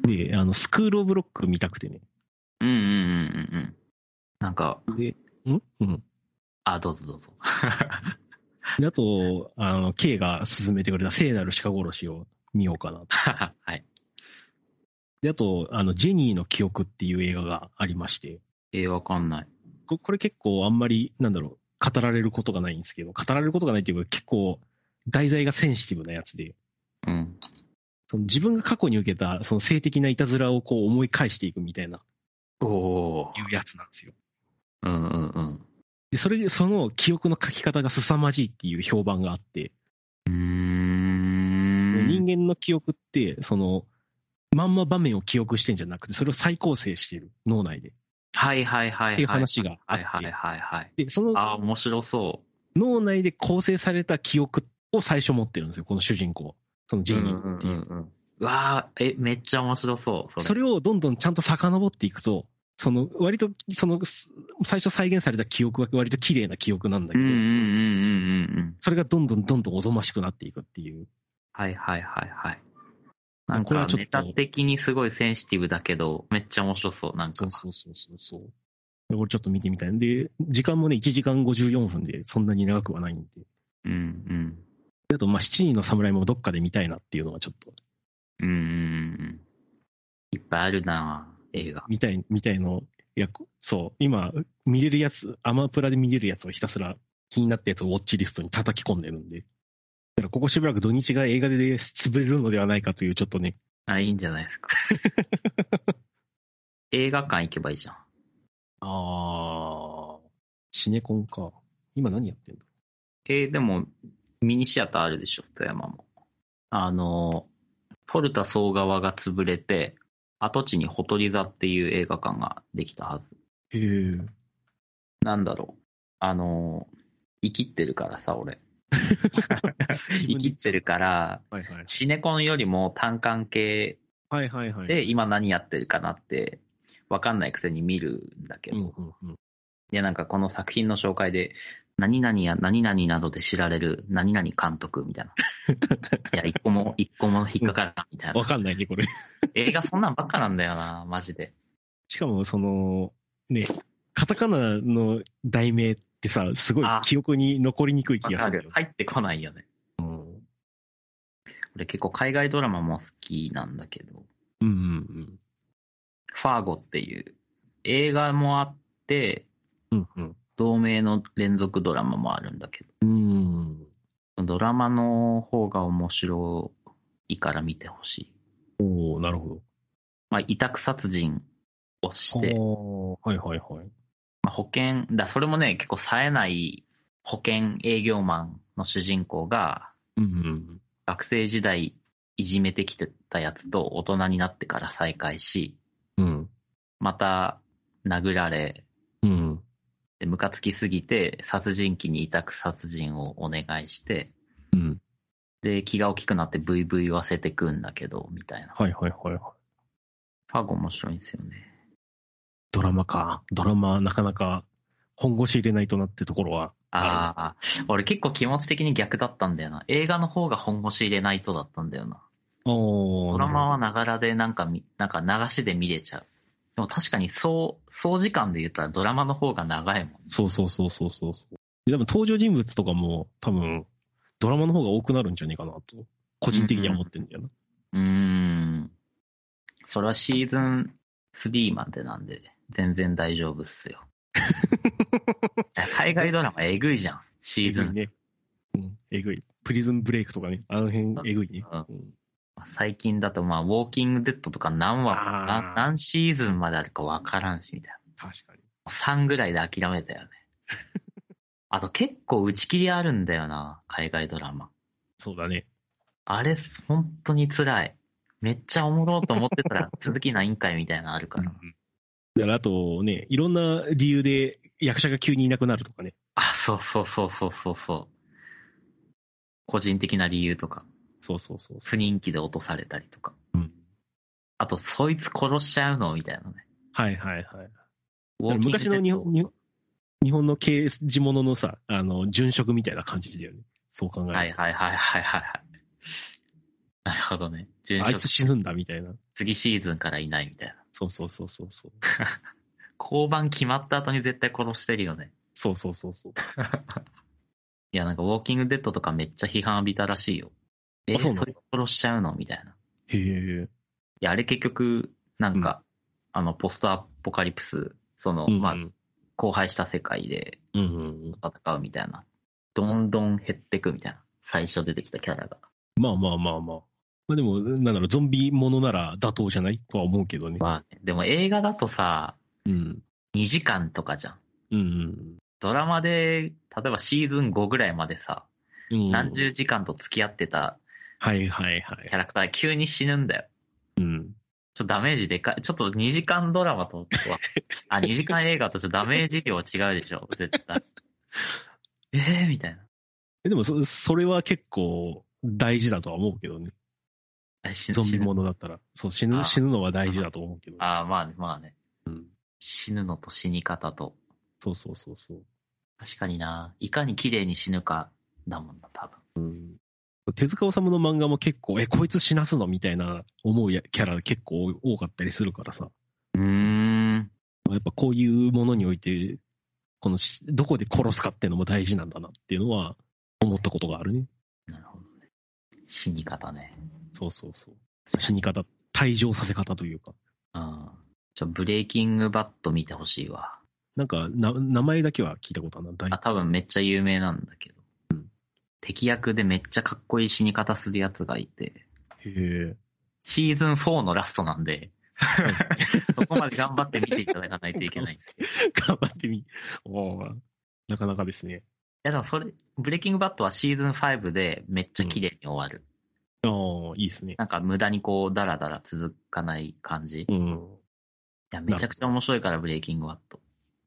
Speaker 2: で、あの、スクールオブロック見たくてね。
Speaker 3: うんうんうんうんうん。なんか、
Speaker 2: んうん。
Speaker 3: あ、どうぞどう ぞ。
Speaker 2: であと、あの、K が勧めてくれた聖なる鹿殺しを見ようかなと。
Speaker 3: はい。
Speaker 2: で、あと、あの、ジェニーの記憶っていう映画がありまして、
Speaker 3: えー、わかんない。
Speaker 2: ここれ結構あんまり、なんだろう、語られることがないんですけど、語られることがないっていうか結構、題材がセンシティブなやつで、
Speaker 3: うん。
Speaker 2: その自分が過去に受けた、その性的ないたずらをこう思い返していくみたいな、
Speaker 3: おお
Speaker 2: いうやつなんですよ。
Speaker 3: うんうんうん。
Speaker 2: で、それ、その記憶の書き方が凄まじいっていう評判があって、
Speaker 3: うーん。
Speaker 2: 人間の記憶って、その、まんま場面を記憶してんじゃなくて、それを再構成してる、脳内で。っ
Speaker 3: はいはいはいはい。
Speaker 2: ていう話があ
Speaker 3: は
Speaker 2: っ
Speaker 3: いはい
Speaker 2: て。
Speaker 3: はいはい。
Speaker 2: で、その
Speaker 3: ああ、面白そ
Speaker 2: 脳内で構成された記憶を最初持ってるんですよ、この主人公。その
Speaker 3: う。
Speaker 2: ジェニーっていう。
Speaker 3: んうんうんうん。わあ、え、めっちゃ面白そう。それ。
Speaker 2: それをどんどんちゃんと遡っていくと、その、割と、その、す最初再現された記憶は割と綺麗な記憶なんだ
Speaker 3: う
Speaker 2: け
Speaker 3: ん
Speaker 2: ど、
Speaker 3: うんうんうんうんうん。
Speaker 2: それがどんどんどんどんおぞましくなっていくっていう。
Speaker 3: はいはいはいはい。なん
Speaker 2: これ
Speaker 3: か
Speaker 2: はちょっと
Speaker 3: ネタ的にすごいセンシティブだけど、めっちゃ面白そう。なんか。
Speaker 2: うそうそうそう。でこれちょっと見てみたいんで、時間もね、1時間54分で、そんなに長くはないんで。
Speaker 3: うんうん。
Speaker 2: であと、まあ、七人の侍もどっかで見たいなっていうのはちょっと、
Speaker 3: うんうんうん。いっぱいあるな映画。
Speaker 2: 見たい、見たいの、いや、こそう、今、見れるやつ、アマプラで見れるやつをひたすら気になったやつをウォッチリストに叩き込んでるんで。だから、ここしばらく土日が映画で潰れるのではないかという、ちょっとね、
Speaker 3: あ、いいんじゃないです か。映画館行けばいいじゃん。
Speaker 2: あー、シネコンか。今何やってんだ
Speaker 3: えーでも、ミニシアターあるでしょ、富山も。あの、フォルタ総側が潰れて、跡地にほとり座っていう映画館ができたはず。
Speaker 2: へえ。
Speaker 3: なんだろう。あの、生きってるからさ、俺。
Speaker 2: 自分
Speaker 3: 生
Speaker 2: で
Speaker 3: きってるから、
Speaker 2: はいはい。
Speaker 3: シネコンよりも単館系
Speaker 2: はいはいはい。
Speaker 3: で今何やってるかなって、わかんないくせに見るんだけ
Speaker 2: う
Speaker 3: ど、
Speaker 2: んうんうん。
Speaker 3: で、なんかこの作品の紹介で、何々や何々などで知られる何々監督みた いな。いや、一個も、一個も引っかからんみたい
Speaker 2: わ
Speaker 3: な。
Speaker 2: かんないね、これ。
Speaker 3: 映画そんなんばっかなんだよな、マジで。
Speaker 2: しかも、その、ね、カタカナの題名ってさ、すごい
Speaker 3: あ
Speaker 2: 記憶に残りにくい気が
Speaker 3: わか
Speaker 2: するんだ
Speaker 3: る
Speaker 2: よ。
Speaker 3: 入ってこないよね。俺結構海外ドラマも好きなんだけど、
Speaker 2: うんうん
Speaker 3: ファーゴっていう映画もあって、
Speaker 2: うん。うん
Speaker 3: 同名の連続ドラマもあるんだけ
Speaker 2: うん。うん。
Speaker 3: ど、ドラマの方が面白いから見てほしい。
Speaker 2: おおなるほど。
Speaker 3: まあ、委託殺人をし
Speaker 2: は
Speaker 3: て、
Speaker 2: あはいはいはい。
Speaker 3: まあ、保険、だ、それもね、結構冴えない保険営業マンの主人公が、
Speaker 2: うんうん
Speaker 3: 学生時代いじめてきてたやつと大人になってから再会し、
Speaker 2: うん。
Speaker 3: また殴られ、
Speaker 2: うん。うん。
Speaker 3: でムカつきすぎて殺人鬼に委託殺人をお願いして、
Speaker 2: うん。
Speaker 3: で、気が大きくなってブイブイ言わせてくんだけど、みたいな。
Speaker 2: はいはいはいはい。
Speaker 3: ファゴ面白いんですよね。
Speaker 2: ドラマか。ドラマ、なかなか本腰入れないとなってところは。
Speaker 3: ああ、俺結構気持ち的に逆だったんだよな。映画の方が本腰入れないとだったんだよな。
Speaker 2: お
Speaker 3: ドラマはながらでなんかみ、なんか流しで見れちゃう。でも確かにそう、総時間で言ったらドラマの方が長いもん。
Speaker 2: そうそうそうそうそうそう。でも登場人物とかも多分、ドラマの方が多くなるんじゃねえかなと、個人的には思ってんだよな。
Speaker 3: うーん。それはシーズン3までなんで、全然大丈夫っすよ。いや海外ドラマえぐいじゃん、シ
Speaker 2: え
Speaker 3: ーズ
Speaker 2: ぐ
Speaker 3: ン
Speaker 2: い
Speaker 3: 3
Speaker 2: ね。うん、えぐい。プリズンブレイクとかね、あの辺えぐいね。
Speaker 3: うん
Speaker 2: うん
Speaker 3: 最近だと、まあ、ウォーキングデッドとか何話、
Speaker 2: あー
Speaker 3: な何シーズンまであるかわからんし、みたいな。
Speaker 2: 確かに。
Speaker 3: 3ぐらいで諦めた よね。あと結構打ち切りあるんだよな、海外ドラマ。
Speaker 2: そうだね。
Speaker 3: あれ、本当に辛い。めっちゃおもろと思ってた ら続きないんかいみたいなのあるから。
Speaker 2: だからあとね、いろんな理由で役者が急にいなくなるとかね。
Speaker 3: あ、そうそうそうそうそうそう。個人的な理由とか、
Speaker 2: そうそうそうそ
Speaker 3: 不人気で落とされたりとか。
Speaker 2: う。うん、
Speaker 3: あと、そいつ殺しちゃうのみたいなね。
Speaker 2: はいはいはい。
Speaker 3: ウ
Speaker 2: だから昔の日本日
Speaker 3: デッ
Speaker 2: 本日本の刑事もののさ、あの、殉職みたいな感じだよね。そう考える
Speaker 3: ド
Speaker 2: と。
Speaker 3: はいはいはいはいはいはい。なるほどね。殉
Speaker 2: あい
Speaker 3: 職
Speaker 2: つ死ぬんだみたいな。
Speaker 3: 次シーズンからいないみたいな。
Speaker 2: そうそうそうそうそう。
Speaker 3: 交番決まった後に絶対殺してるよね。
Speaker 2: そうそうそうそう。
Speaker 3: いや、なんか、ウォーキングデッドとかめっちゃ批判浴びたらしいよ。え
Speaker 2: あそうな
Speaker 3: そ
Speaker 2: の
Speaker 3: いつ殺しちゃうのみたいな。
Speaker 2: へえ。
Speaker 3: いや、あれ結局、なんか、あの、ポストアポカリプス、その、
Speaker 2: うん
Speaker 3: まあ
Speaker 2: う、ん
Speaker 3: 荒廃した世界で
Speaker 2: うんうん。
Speaker 3: 戦うみたいな。どんどん減ってくみたいな。最初出てきたキャラが。
Speaker 2: まあまあまあまあ。まあでも、なんだろう、ゾンビものなら妥当じゃないとは思うけどね。
Speaker 3: まあ、でも映画だとさ、
Speaker 2: うん。
Speaker 3: 2時間とかじゃん。
Speaker 2: うん
Speaker 3: ドラマで、例えばシーズン5ぐらいまでさ、
Speaker 2: うん。うん。
Speaker 3: 何十時間と付き合ってた
Speaker 2: はいはいはい
Speaker 3: キ。ャラクターが急に死ぬんだよ。
Speaker 2: うん。
Speaker 3: ちょっとダメージでかい。ちょっと2時間ドラマとは、 あ、2時間映画とちょっとダメージ量違うでしょ、絶対。えー、みたいな。
Speaker 2: えでもそ、それは結構大事だとは思うけどね。
Speaker 3: あ死ぬ
Speaker 2: ゾンビ
Speaker 3: 死ぬ
Speaker 2: ものだったら。そう、死
Speaker 3: あー
Speaker 2: ぬ、死ぬのは大事だと思うけど。
Speaker 3: ああ、まあね、まあね。
Speaker 2: うん
Speaker 3: 死ぬのと死に方と。
Speaker 2: そうそうそうそう。
Speaker 3: 確かにな。いかに綺麗に死ぬかだもんな、多分。
Speaker 2: 手塚治虫の漫画も結構、え、こいつ死なすのみたいな思うやキャラ結構多かったりするからさ。
Speaker 3: うーん。
Speaker 2: やっぱこういうものにおいて、このし、どこで殺すかっていうのも大事なんだなっていうのは思ったことがあるね。
Speaker 3: なるほどね。死に方ね。
Speaker 2: そうそうそう。死に方、退場させ方というか。
Speaker 3: うん。ちょ、ブレイキングバット見てほしいわ。
Speaker 2: なんか、な、名前だけは聞いたことあるな。大
Speaker 3: あ、多分めっちゃ有名なんだけど。敵役でめっちゃかっこいい死に方するやつがいて、
Speaker 2: へえ。
Speaker 3: シーズン4のラストなんで、そこまで頑張って見ていただかないといけないんですけど。い
Speaker 2: 頑張ってみ。おーなかなかですね。
Speaker 3: や、でもそれ、ブレイキングバットはシーズン5でめっちゃ綺麗に終わる。
Speaker 2: ああ、いいですね。
Speaker 3: なんか無駄にこう、ダラダラ続かない感じ。い
Speaker 2: うん。
Speaker 3: や、めちゃくちゃ面白いから、ブレイキングバット。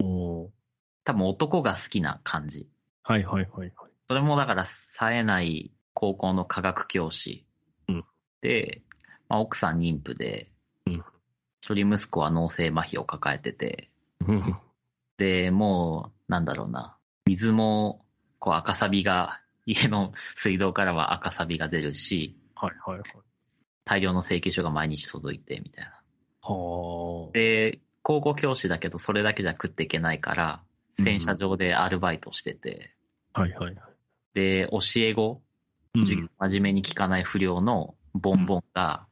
Speaker 2: おー
Speaker 3: 多分男が好きな感じ。
Speaker 2: はいはいはいはい。
Speaker 3: それもだから、冴えない高校の科学教師。
Speaker 2: うん
Speaker 3: で、まあ、奥さん妊婦で、
Speaker 2: うん
Speaker 3: 一人息子は脳性麻痺を抱えてて、
Speaker 2: うん
Speaker 3: で、もう、なんだろうな、水も、こう赤サビが、家の水道からは赤サビが出るし、
Speaker 2: はいはいはい。
Speaker 3: 大量の請求書が毎日届いて、みたいな。
Speaker 2: はあ。
Speaker 3: で、高校教師だけどそれだけじゃ食っていけないから、洗車場でアルバイトしてて、
Speaker 2: はいはいはい。
Speaker 3: で、教え子、
Speaker 2: うん
Speaker 3: 授業真面目に聞かない不良のボンボンが、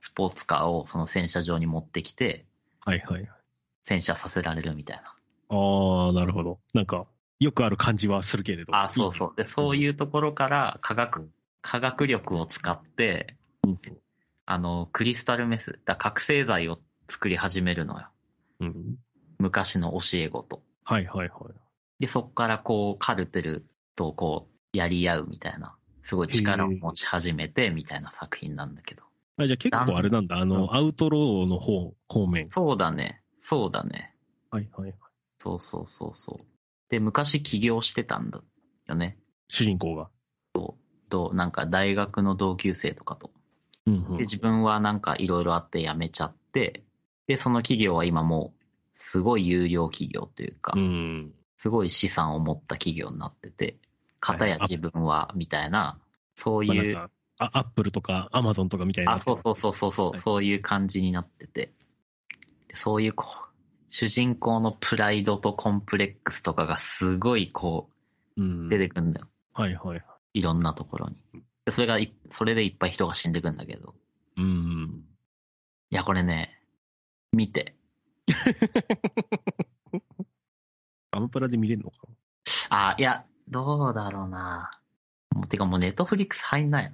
Speaker 3: スポーツカーをその洗車場に持ってきて、
Speaker 2: はいはいはい。
Speaker 3: 洗車させられるみたいな。
Speaker 2: ああ、なるほど。なんか、よくある感じはするけれど。
Speaker 3: あ、そうそう。で、そういうところから科学、科学力を使って、あの、クリスタルメス、だ覚醒剤を作り始めるのよ。
Speaker 2: うん。うん。
Speaker 3: 昔の教え子と。
Speaker 2: はいはいはい。
Speaker 3: で、そこからこう、カルテルとこう、やり合うみたいな、すごい力を持ち始めて、みたいな作品なんだけど。
Speaker 2: あじゃあ結構あれなんだ、あ
Speaker 3: う
Speaker 2: の、
Speaker 3: ん
Speaker 2: アウトローの方、方面。
Speaker 3: そうだね。そうだね。
Speaker 2: はいはいはい。
Speaker 3: そうそうそうそう。で、昔起業してたんだよね。
Speaker 2: 主人公が。
Speaker 3: と、なんか大学の同級生とかと。
Speaker 2: うんう
Speaker 3: で、
Speaker 2: ん。
Speaker 3: 自分はなんかいろいろあって辞めちゃって、で、その企業は今もう、すごい有料企業というか、
Speaker 2: うん。
Speaker 3: すごい資産を持った企業になってて、片や
Speaker 2: はい
Speaker 3: 自分は、みたいな、そう
Speaker 2: まあ、な
Speaker 3: いう、
Speaker 2: んか、あアップルとかアマゾンとかみたいな。
Speaker 3: あ、そうそうそうそうそう、
Speaker 2: はい
Speaker 3: そういう感じになってて。でそういうこう、主人公のプライドとコンプレックスとかがすごいこ
Speaker 2: う。うん。
Speaker 3: う、出てくんだよ。
Speaker 2: はいはいはい。
Speaker 3: いろんなところに。でそれがい、それでいっぱい人が死んでくんだけど。
Speaker 2: うん。
Speaker 3: いや、これね、見て。
Speaker 2: アマプラで見れるのか
Speaker 3: あ、いや、どうだろうな。もうてかもうネットフリックス入んない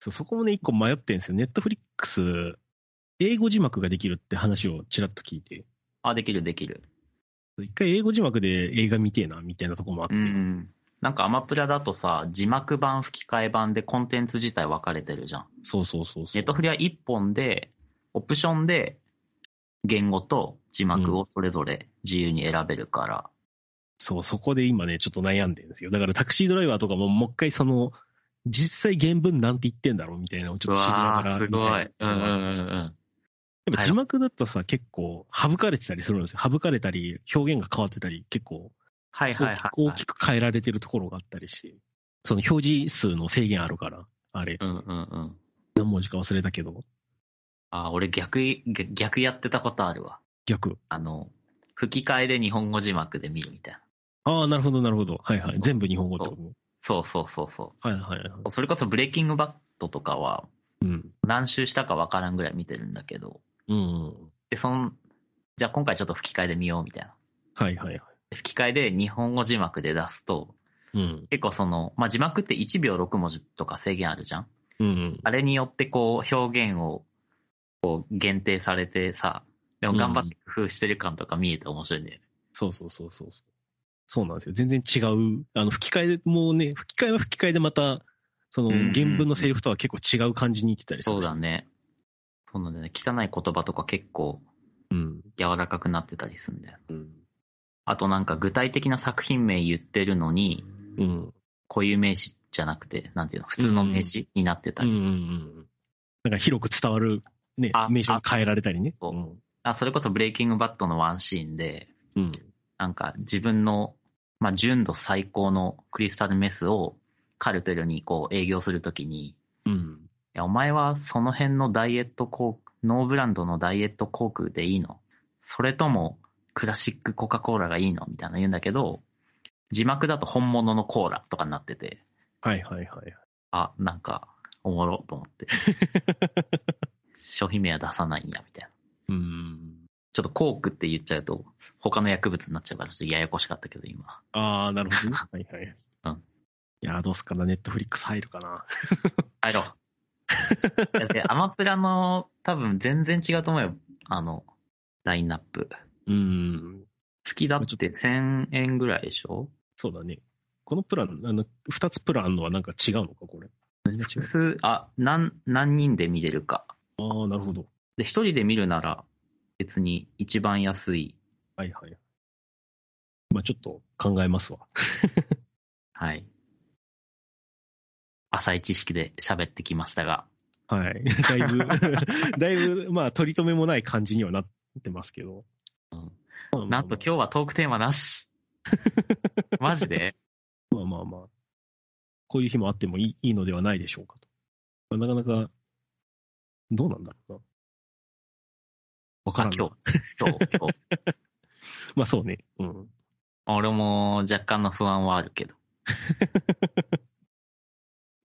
Speaker 2: そうそこもね、一個迷ってんですよ。ネットフリックス、英語字幕ができるって話をちらっと聞いて、
Speaker 3: あ、できるできる。
Speaker 2: 一回英語字幕で映画見てえな、みたいなとこもあって。
Speaker 3: うん。なんかアマプラだとさ、字幕版、吹き替え版でコンテンツ自体分かれてるじゃん。
Speaker 2: そうそうそうそう。
Speaker 3: ネットフリは1本で、オプションで言語と字幕をそれぞれ自由に選べるから。
Speaker 2: そう、そこで今ね、ちょっと悩んでるんですよ。だからタクシードライバーとかも、もう一回その、実際原文なんて言ってんだろうみたいなのをちょっと知りながら。みた
Speaker 3: うんうん
Speaker 2: な
Speaker 3: うん
Speaker 2: やっぱ字幕だとさ、結構省かれてたりするんですよ。省かれたり、表現が変わってたり、結構
Speaker 3: はい
Speaker 2: 大き,、
Speaker 3: はいはい、はい。
Speaker 2: 大きく変えられてるところがあったりして、その表示数の制限あるから、あれ、
Speaker 3: うんうんうん。
Speaker 2: 何文字か忘れたけど、
Speaker 3: あ、俺逆い、逆逆やってたことあるわ。
Speaker 2: 逆。
Speaker 3: あの、吹き替えで日本語字幕で見るみたいな。
Speaker 2: ああ、なるほど、なるほど。はいはい。
Speaker 3: そう
Speaker 2: 全部日本語ってこと
Speaker 3: そうそうそうそ
Speaker 2: はいはいはい。
Speaker 3: う。それこそブレイキングバットとかは
Speaker 2: うん。
Speaker 3: 何周したか分からんぐらい見てるんだけど。
Speaker 2: うん。
Speaker 3: で、その、じゃあ今回ちょっと吹き替えで見ようみたいな。
Speaker 2: はいはいはい。
Speaker 3: 吹き替えで日本語字幕で出すと、
Speaker 2: うん。
Speaker 3: 結構その、まあ、字幕って1秒6文字とか制限あるじゃん
Speaker 2: うん。
Speaker 3: あれによってこう表現をこう限定されてさ、でも頑張って工夫してる感とか見えて面白いんだよね。
Speaker 2: そうそうそうそうそう。そうなんですよ。全然違う。あの、吹き替えもね、吹き替えは吹き替えでまた、その
Speaker 3: うんうん
Speaker 2: 原文のセリフとは結構違う感じに言ってたりする。
Speaker 3: そうだ。ね。そうなんだよね。汚い言葉とか結構
Speaker 2: うん。
Speaker 3: 柔らかくなってたりするんだよ。
Speaker 2: うん。
Speaker 3: あとなんか具体的な作品名言ってるのに、
Speaker 2: うん。
Speaker 3: こういう名詞じゃなくて、なんていうの、普通の名詞になってた
Speaker 2: うんう
Speaker 3: り。
Speaker 2: んうん。なんか広く伝わる、ね
Speaker 3: あ、
Speaker 2: 名称が変えられたりね。
Speaker 3: そう
Speaker 2: うん。
Speaker 3: あ、それこそブレイキングバットのワンシーンで、
Speaker 2: うん。
Speaker 3: なんか自分の、まあ、純度最高のクリスタルメスをカルテルにこう営業するときに、い
Speaker 2: うん。
Speaker 3: や、お前はその辺のダイエットコーク、ノーブランドのダイエットコークでいいのそれともクラシックコカ・コーラがいいのみたいなの言うんだけど、字幕だと本物のコーラとかになってて、
Speaker 2: はいはいはい。
Speaker 3: あ、なんか、おもろと思って。商品名は出さないんや、みたいな。
Speaker 2: うん。
Speaker 3: ちょっとコークって言っちゃうと、他の薬物になっちゃうから、ちょっとややこしかったけど、今。
Speaker 2: ああ、なるほど ね。はいはい。
Speaker 3: うん。
Speaker 2: いやー、どうすっかな。ネットフリックス入るかな。
Speaker 3: 入ろう。だってアマプラの多分全然違うと思うよ。あの、ラインナップ。
Speaker 2: うん。
Speaker 3: 月だって1000円ぐらいでしょ
Speaker 2: そうだね。このプラン、あの、二つプランあるのはなんか違うのか、これ。何が違
Speaker 3: 複数、あ、何、何人で見れるか。
Speaker 2: うああ、なるほど。
Speaker 3: で、一人で見るなら別に一番安い。
Speaker 2: はいはい。まあちょっと考えますわ。
Speaker 3: はい。浅い知識で喋ってきましたが。
Speaker 2: はい。だいぶ、だいぶ、まあ取り留めもない感じにはなってますけど。
Speaker 3: うん
Speaker 2: まあまあまあ
Speaker 3: なんと今日はトークテーマなし。マジで
Speaker 2: まあまあまあ。こういう日もあってもいいいいのではないでしょうかと。まあ、なかなか、どうなんだろうな。わから
Speaker 3: あ
Speaker 2: んな
Speaker 3: 今日、今日、今日。
Speaker 2: まあそうね。うん。
Speaker 3: 俺も若干の不安はあるけど。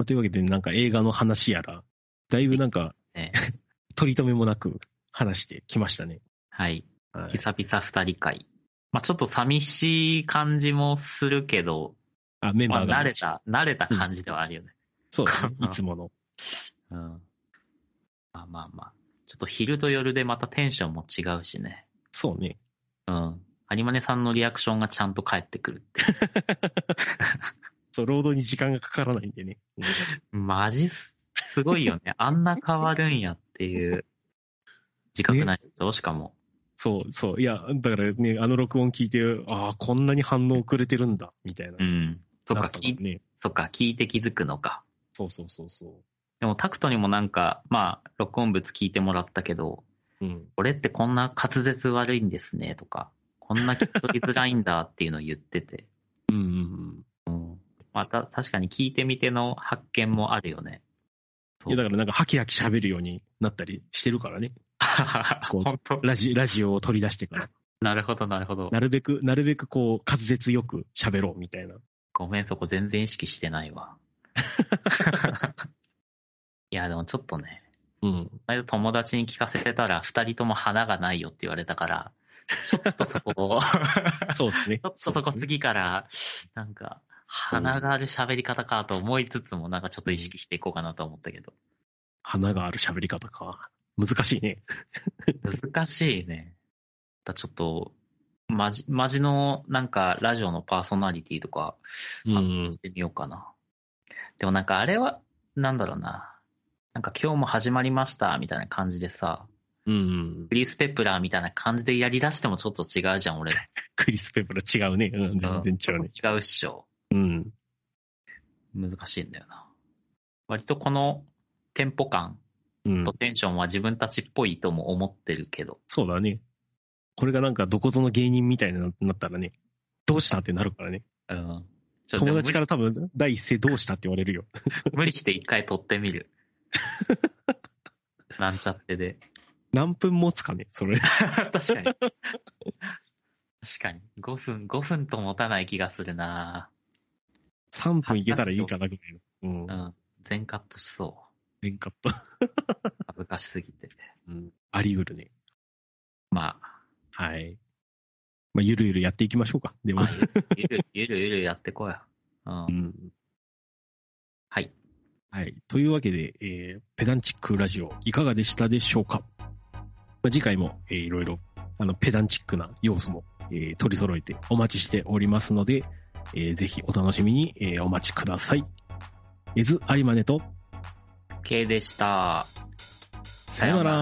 Speaker 2: というわけで、なんか映画の話やら、だいぶなんか、
Speaker 3: ね
Speaker 2: 取り留めもなく話してきましたね。
Speaker 3: はい。
Speaker 2: はい
Speaker 3: 久々二人会。まあちょっと寂しい感じもするけど、
Speaker 2: あ、メン
Speaker 3: ま
Speaker 2: バ
Speaker 3: あ
Speaker 2: ーが。
Speaker 3: 慣れた、慣れた感じではあるよね。
Speaker 2: そうだね
Speaker 3: うん
Speaker 2: いつもの。
Speaker 3: うん。まあまあまあ。ちょっと昼と夜でまたテンションも違うしね。
Speaker 2: そうね。
Speaker 3: うん。アニマネさんのリアクションがちゃんと返ってくるって。
Speaker 2: そう、労働に時間がかからないんでね。うん
Speaker 3: マジす、すごいよ ね。あんな変わるんやっていう。自覚ないでしょ、しかも。
Speaker 2: そうそう。いや、だからね、あの録音聞いて、ああ、こんなに反応遅れてるんだ、みたいな。
Speaker 3: うん。そっ
Speaker 2: な
Speaker 3: か、
Speaker 2: た
Speaker 3: 聞
Speaker 2: も
Speaker 3: い
Speaker 2: んね。
Speaker 3: そっか、聞いて気づくのか。
Speaker 2: そうそうそうそ
Speaker 3: でもタクトにもなんか、まあ、録音物聞いてもらったけど、
Speaker 2: う。うん。
Speaker 3: 俺ってこんな滑舌悪いんですね、とか、こんな聞き取りづらいんだっていうのを言ってて。
Speaker 2: う んうんうん。
Speaker 3: まあ、た、確かに聞いてみての発見もあるよね。
Speaker 2: いや、だからなんか、ハキハキ喋るようになったりしてるからね。こう
Speaker 3: 本当
Speaker 2: ラジ、ラジオを取り出してから。
Speaker 3: なるほど、なるほど
Speaker 2: な。るべく、なるべくこう、滑舌よく喋ろう、みたいな。
Speaker 3: ごめん、そこ全然意識してない わ。いや、でもちょっとね、
Speaker 2: うん。
Speaker 3: この間友達に聞かせたら、二人とも花がないよって言われたから、ちょっとそこ を、ち
Speaker 2: そうですね。
Speaker 3: ょっとそこ
Speaker 2: そうっすね
Speaker 3: 次から、なんか、花がある喋り方かと思いつつも、なんかちょっと意識していこうかなと思ったけど。
Speaker 2: 花がある喋り方か。難しいね。
Speaker 3: 難しいね。だちょっと、マジ、マジの、なんか、ラジオのパーソナリティとか、参考してみようかな。でもなんか、あれは、なんだろうな。なんか、今日も始まりました、みたいな感じでさ、
Speaker 2: うん。
Speaker 3: フリースペプラーみたいな感じでやり出してもちょっと違うじゃん、俺。
Speaker 2: クリス・ペプラ違うね。うん、全然違うね。
Speaker 3: 違うっしょ。
Speaker 2: うん。
Speaker 3: 難しいんだよな。割とこの、テンポ感
Speaker 2: うん
Speaker 3: と。テンションは自分たちっぽいとも思ってるけど。
Speaker 2: そうだね。これがなんかどこぞの芸人みたいになったらね、どうしたってなるからね。
Speaker 3: うん。ちょっと
Speaker 2: 友達から多分、第一声どうしたって言われるよ。
Speaker 3: 無理して一回撮ってみる。なんちゃってで。
Speaker 2: 何分持つかね、そ れ。
Speaker 3: 確かに。確かに。5分、5分と持たない気がするな
Speaker 2: 3分いけたらいいかなぐらいの。うん
Speaker 3: う。ん。全カットしそう。
Speaker 2: 全カット。
Speaker 3: 恥ずかしすぎて。
Speaker 2: うん。あり得るね。
Speaker 3: まあ、
Speaker 2: はい。まあ、ゆるゆるやっていきましょうか。では。
Speaker 3: ゆる、ゆるゆるやってこうよ。うん
Speaker 2: う。ん。
Speaker 3: はい。
Speaker 2: はい。というわけで、えーペダンチックラジオ、いかがでしたでしょうか、まあ、次回も、えーいろいろ、あの、ペダンチックな要素も、えー取り揃えてお待ちしておりますので、えーぜひお楽しみに、えーお待ちください。えず、有馬ねと、
Speaker 3: OK でした。
Speaker 2: さよなら。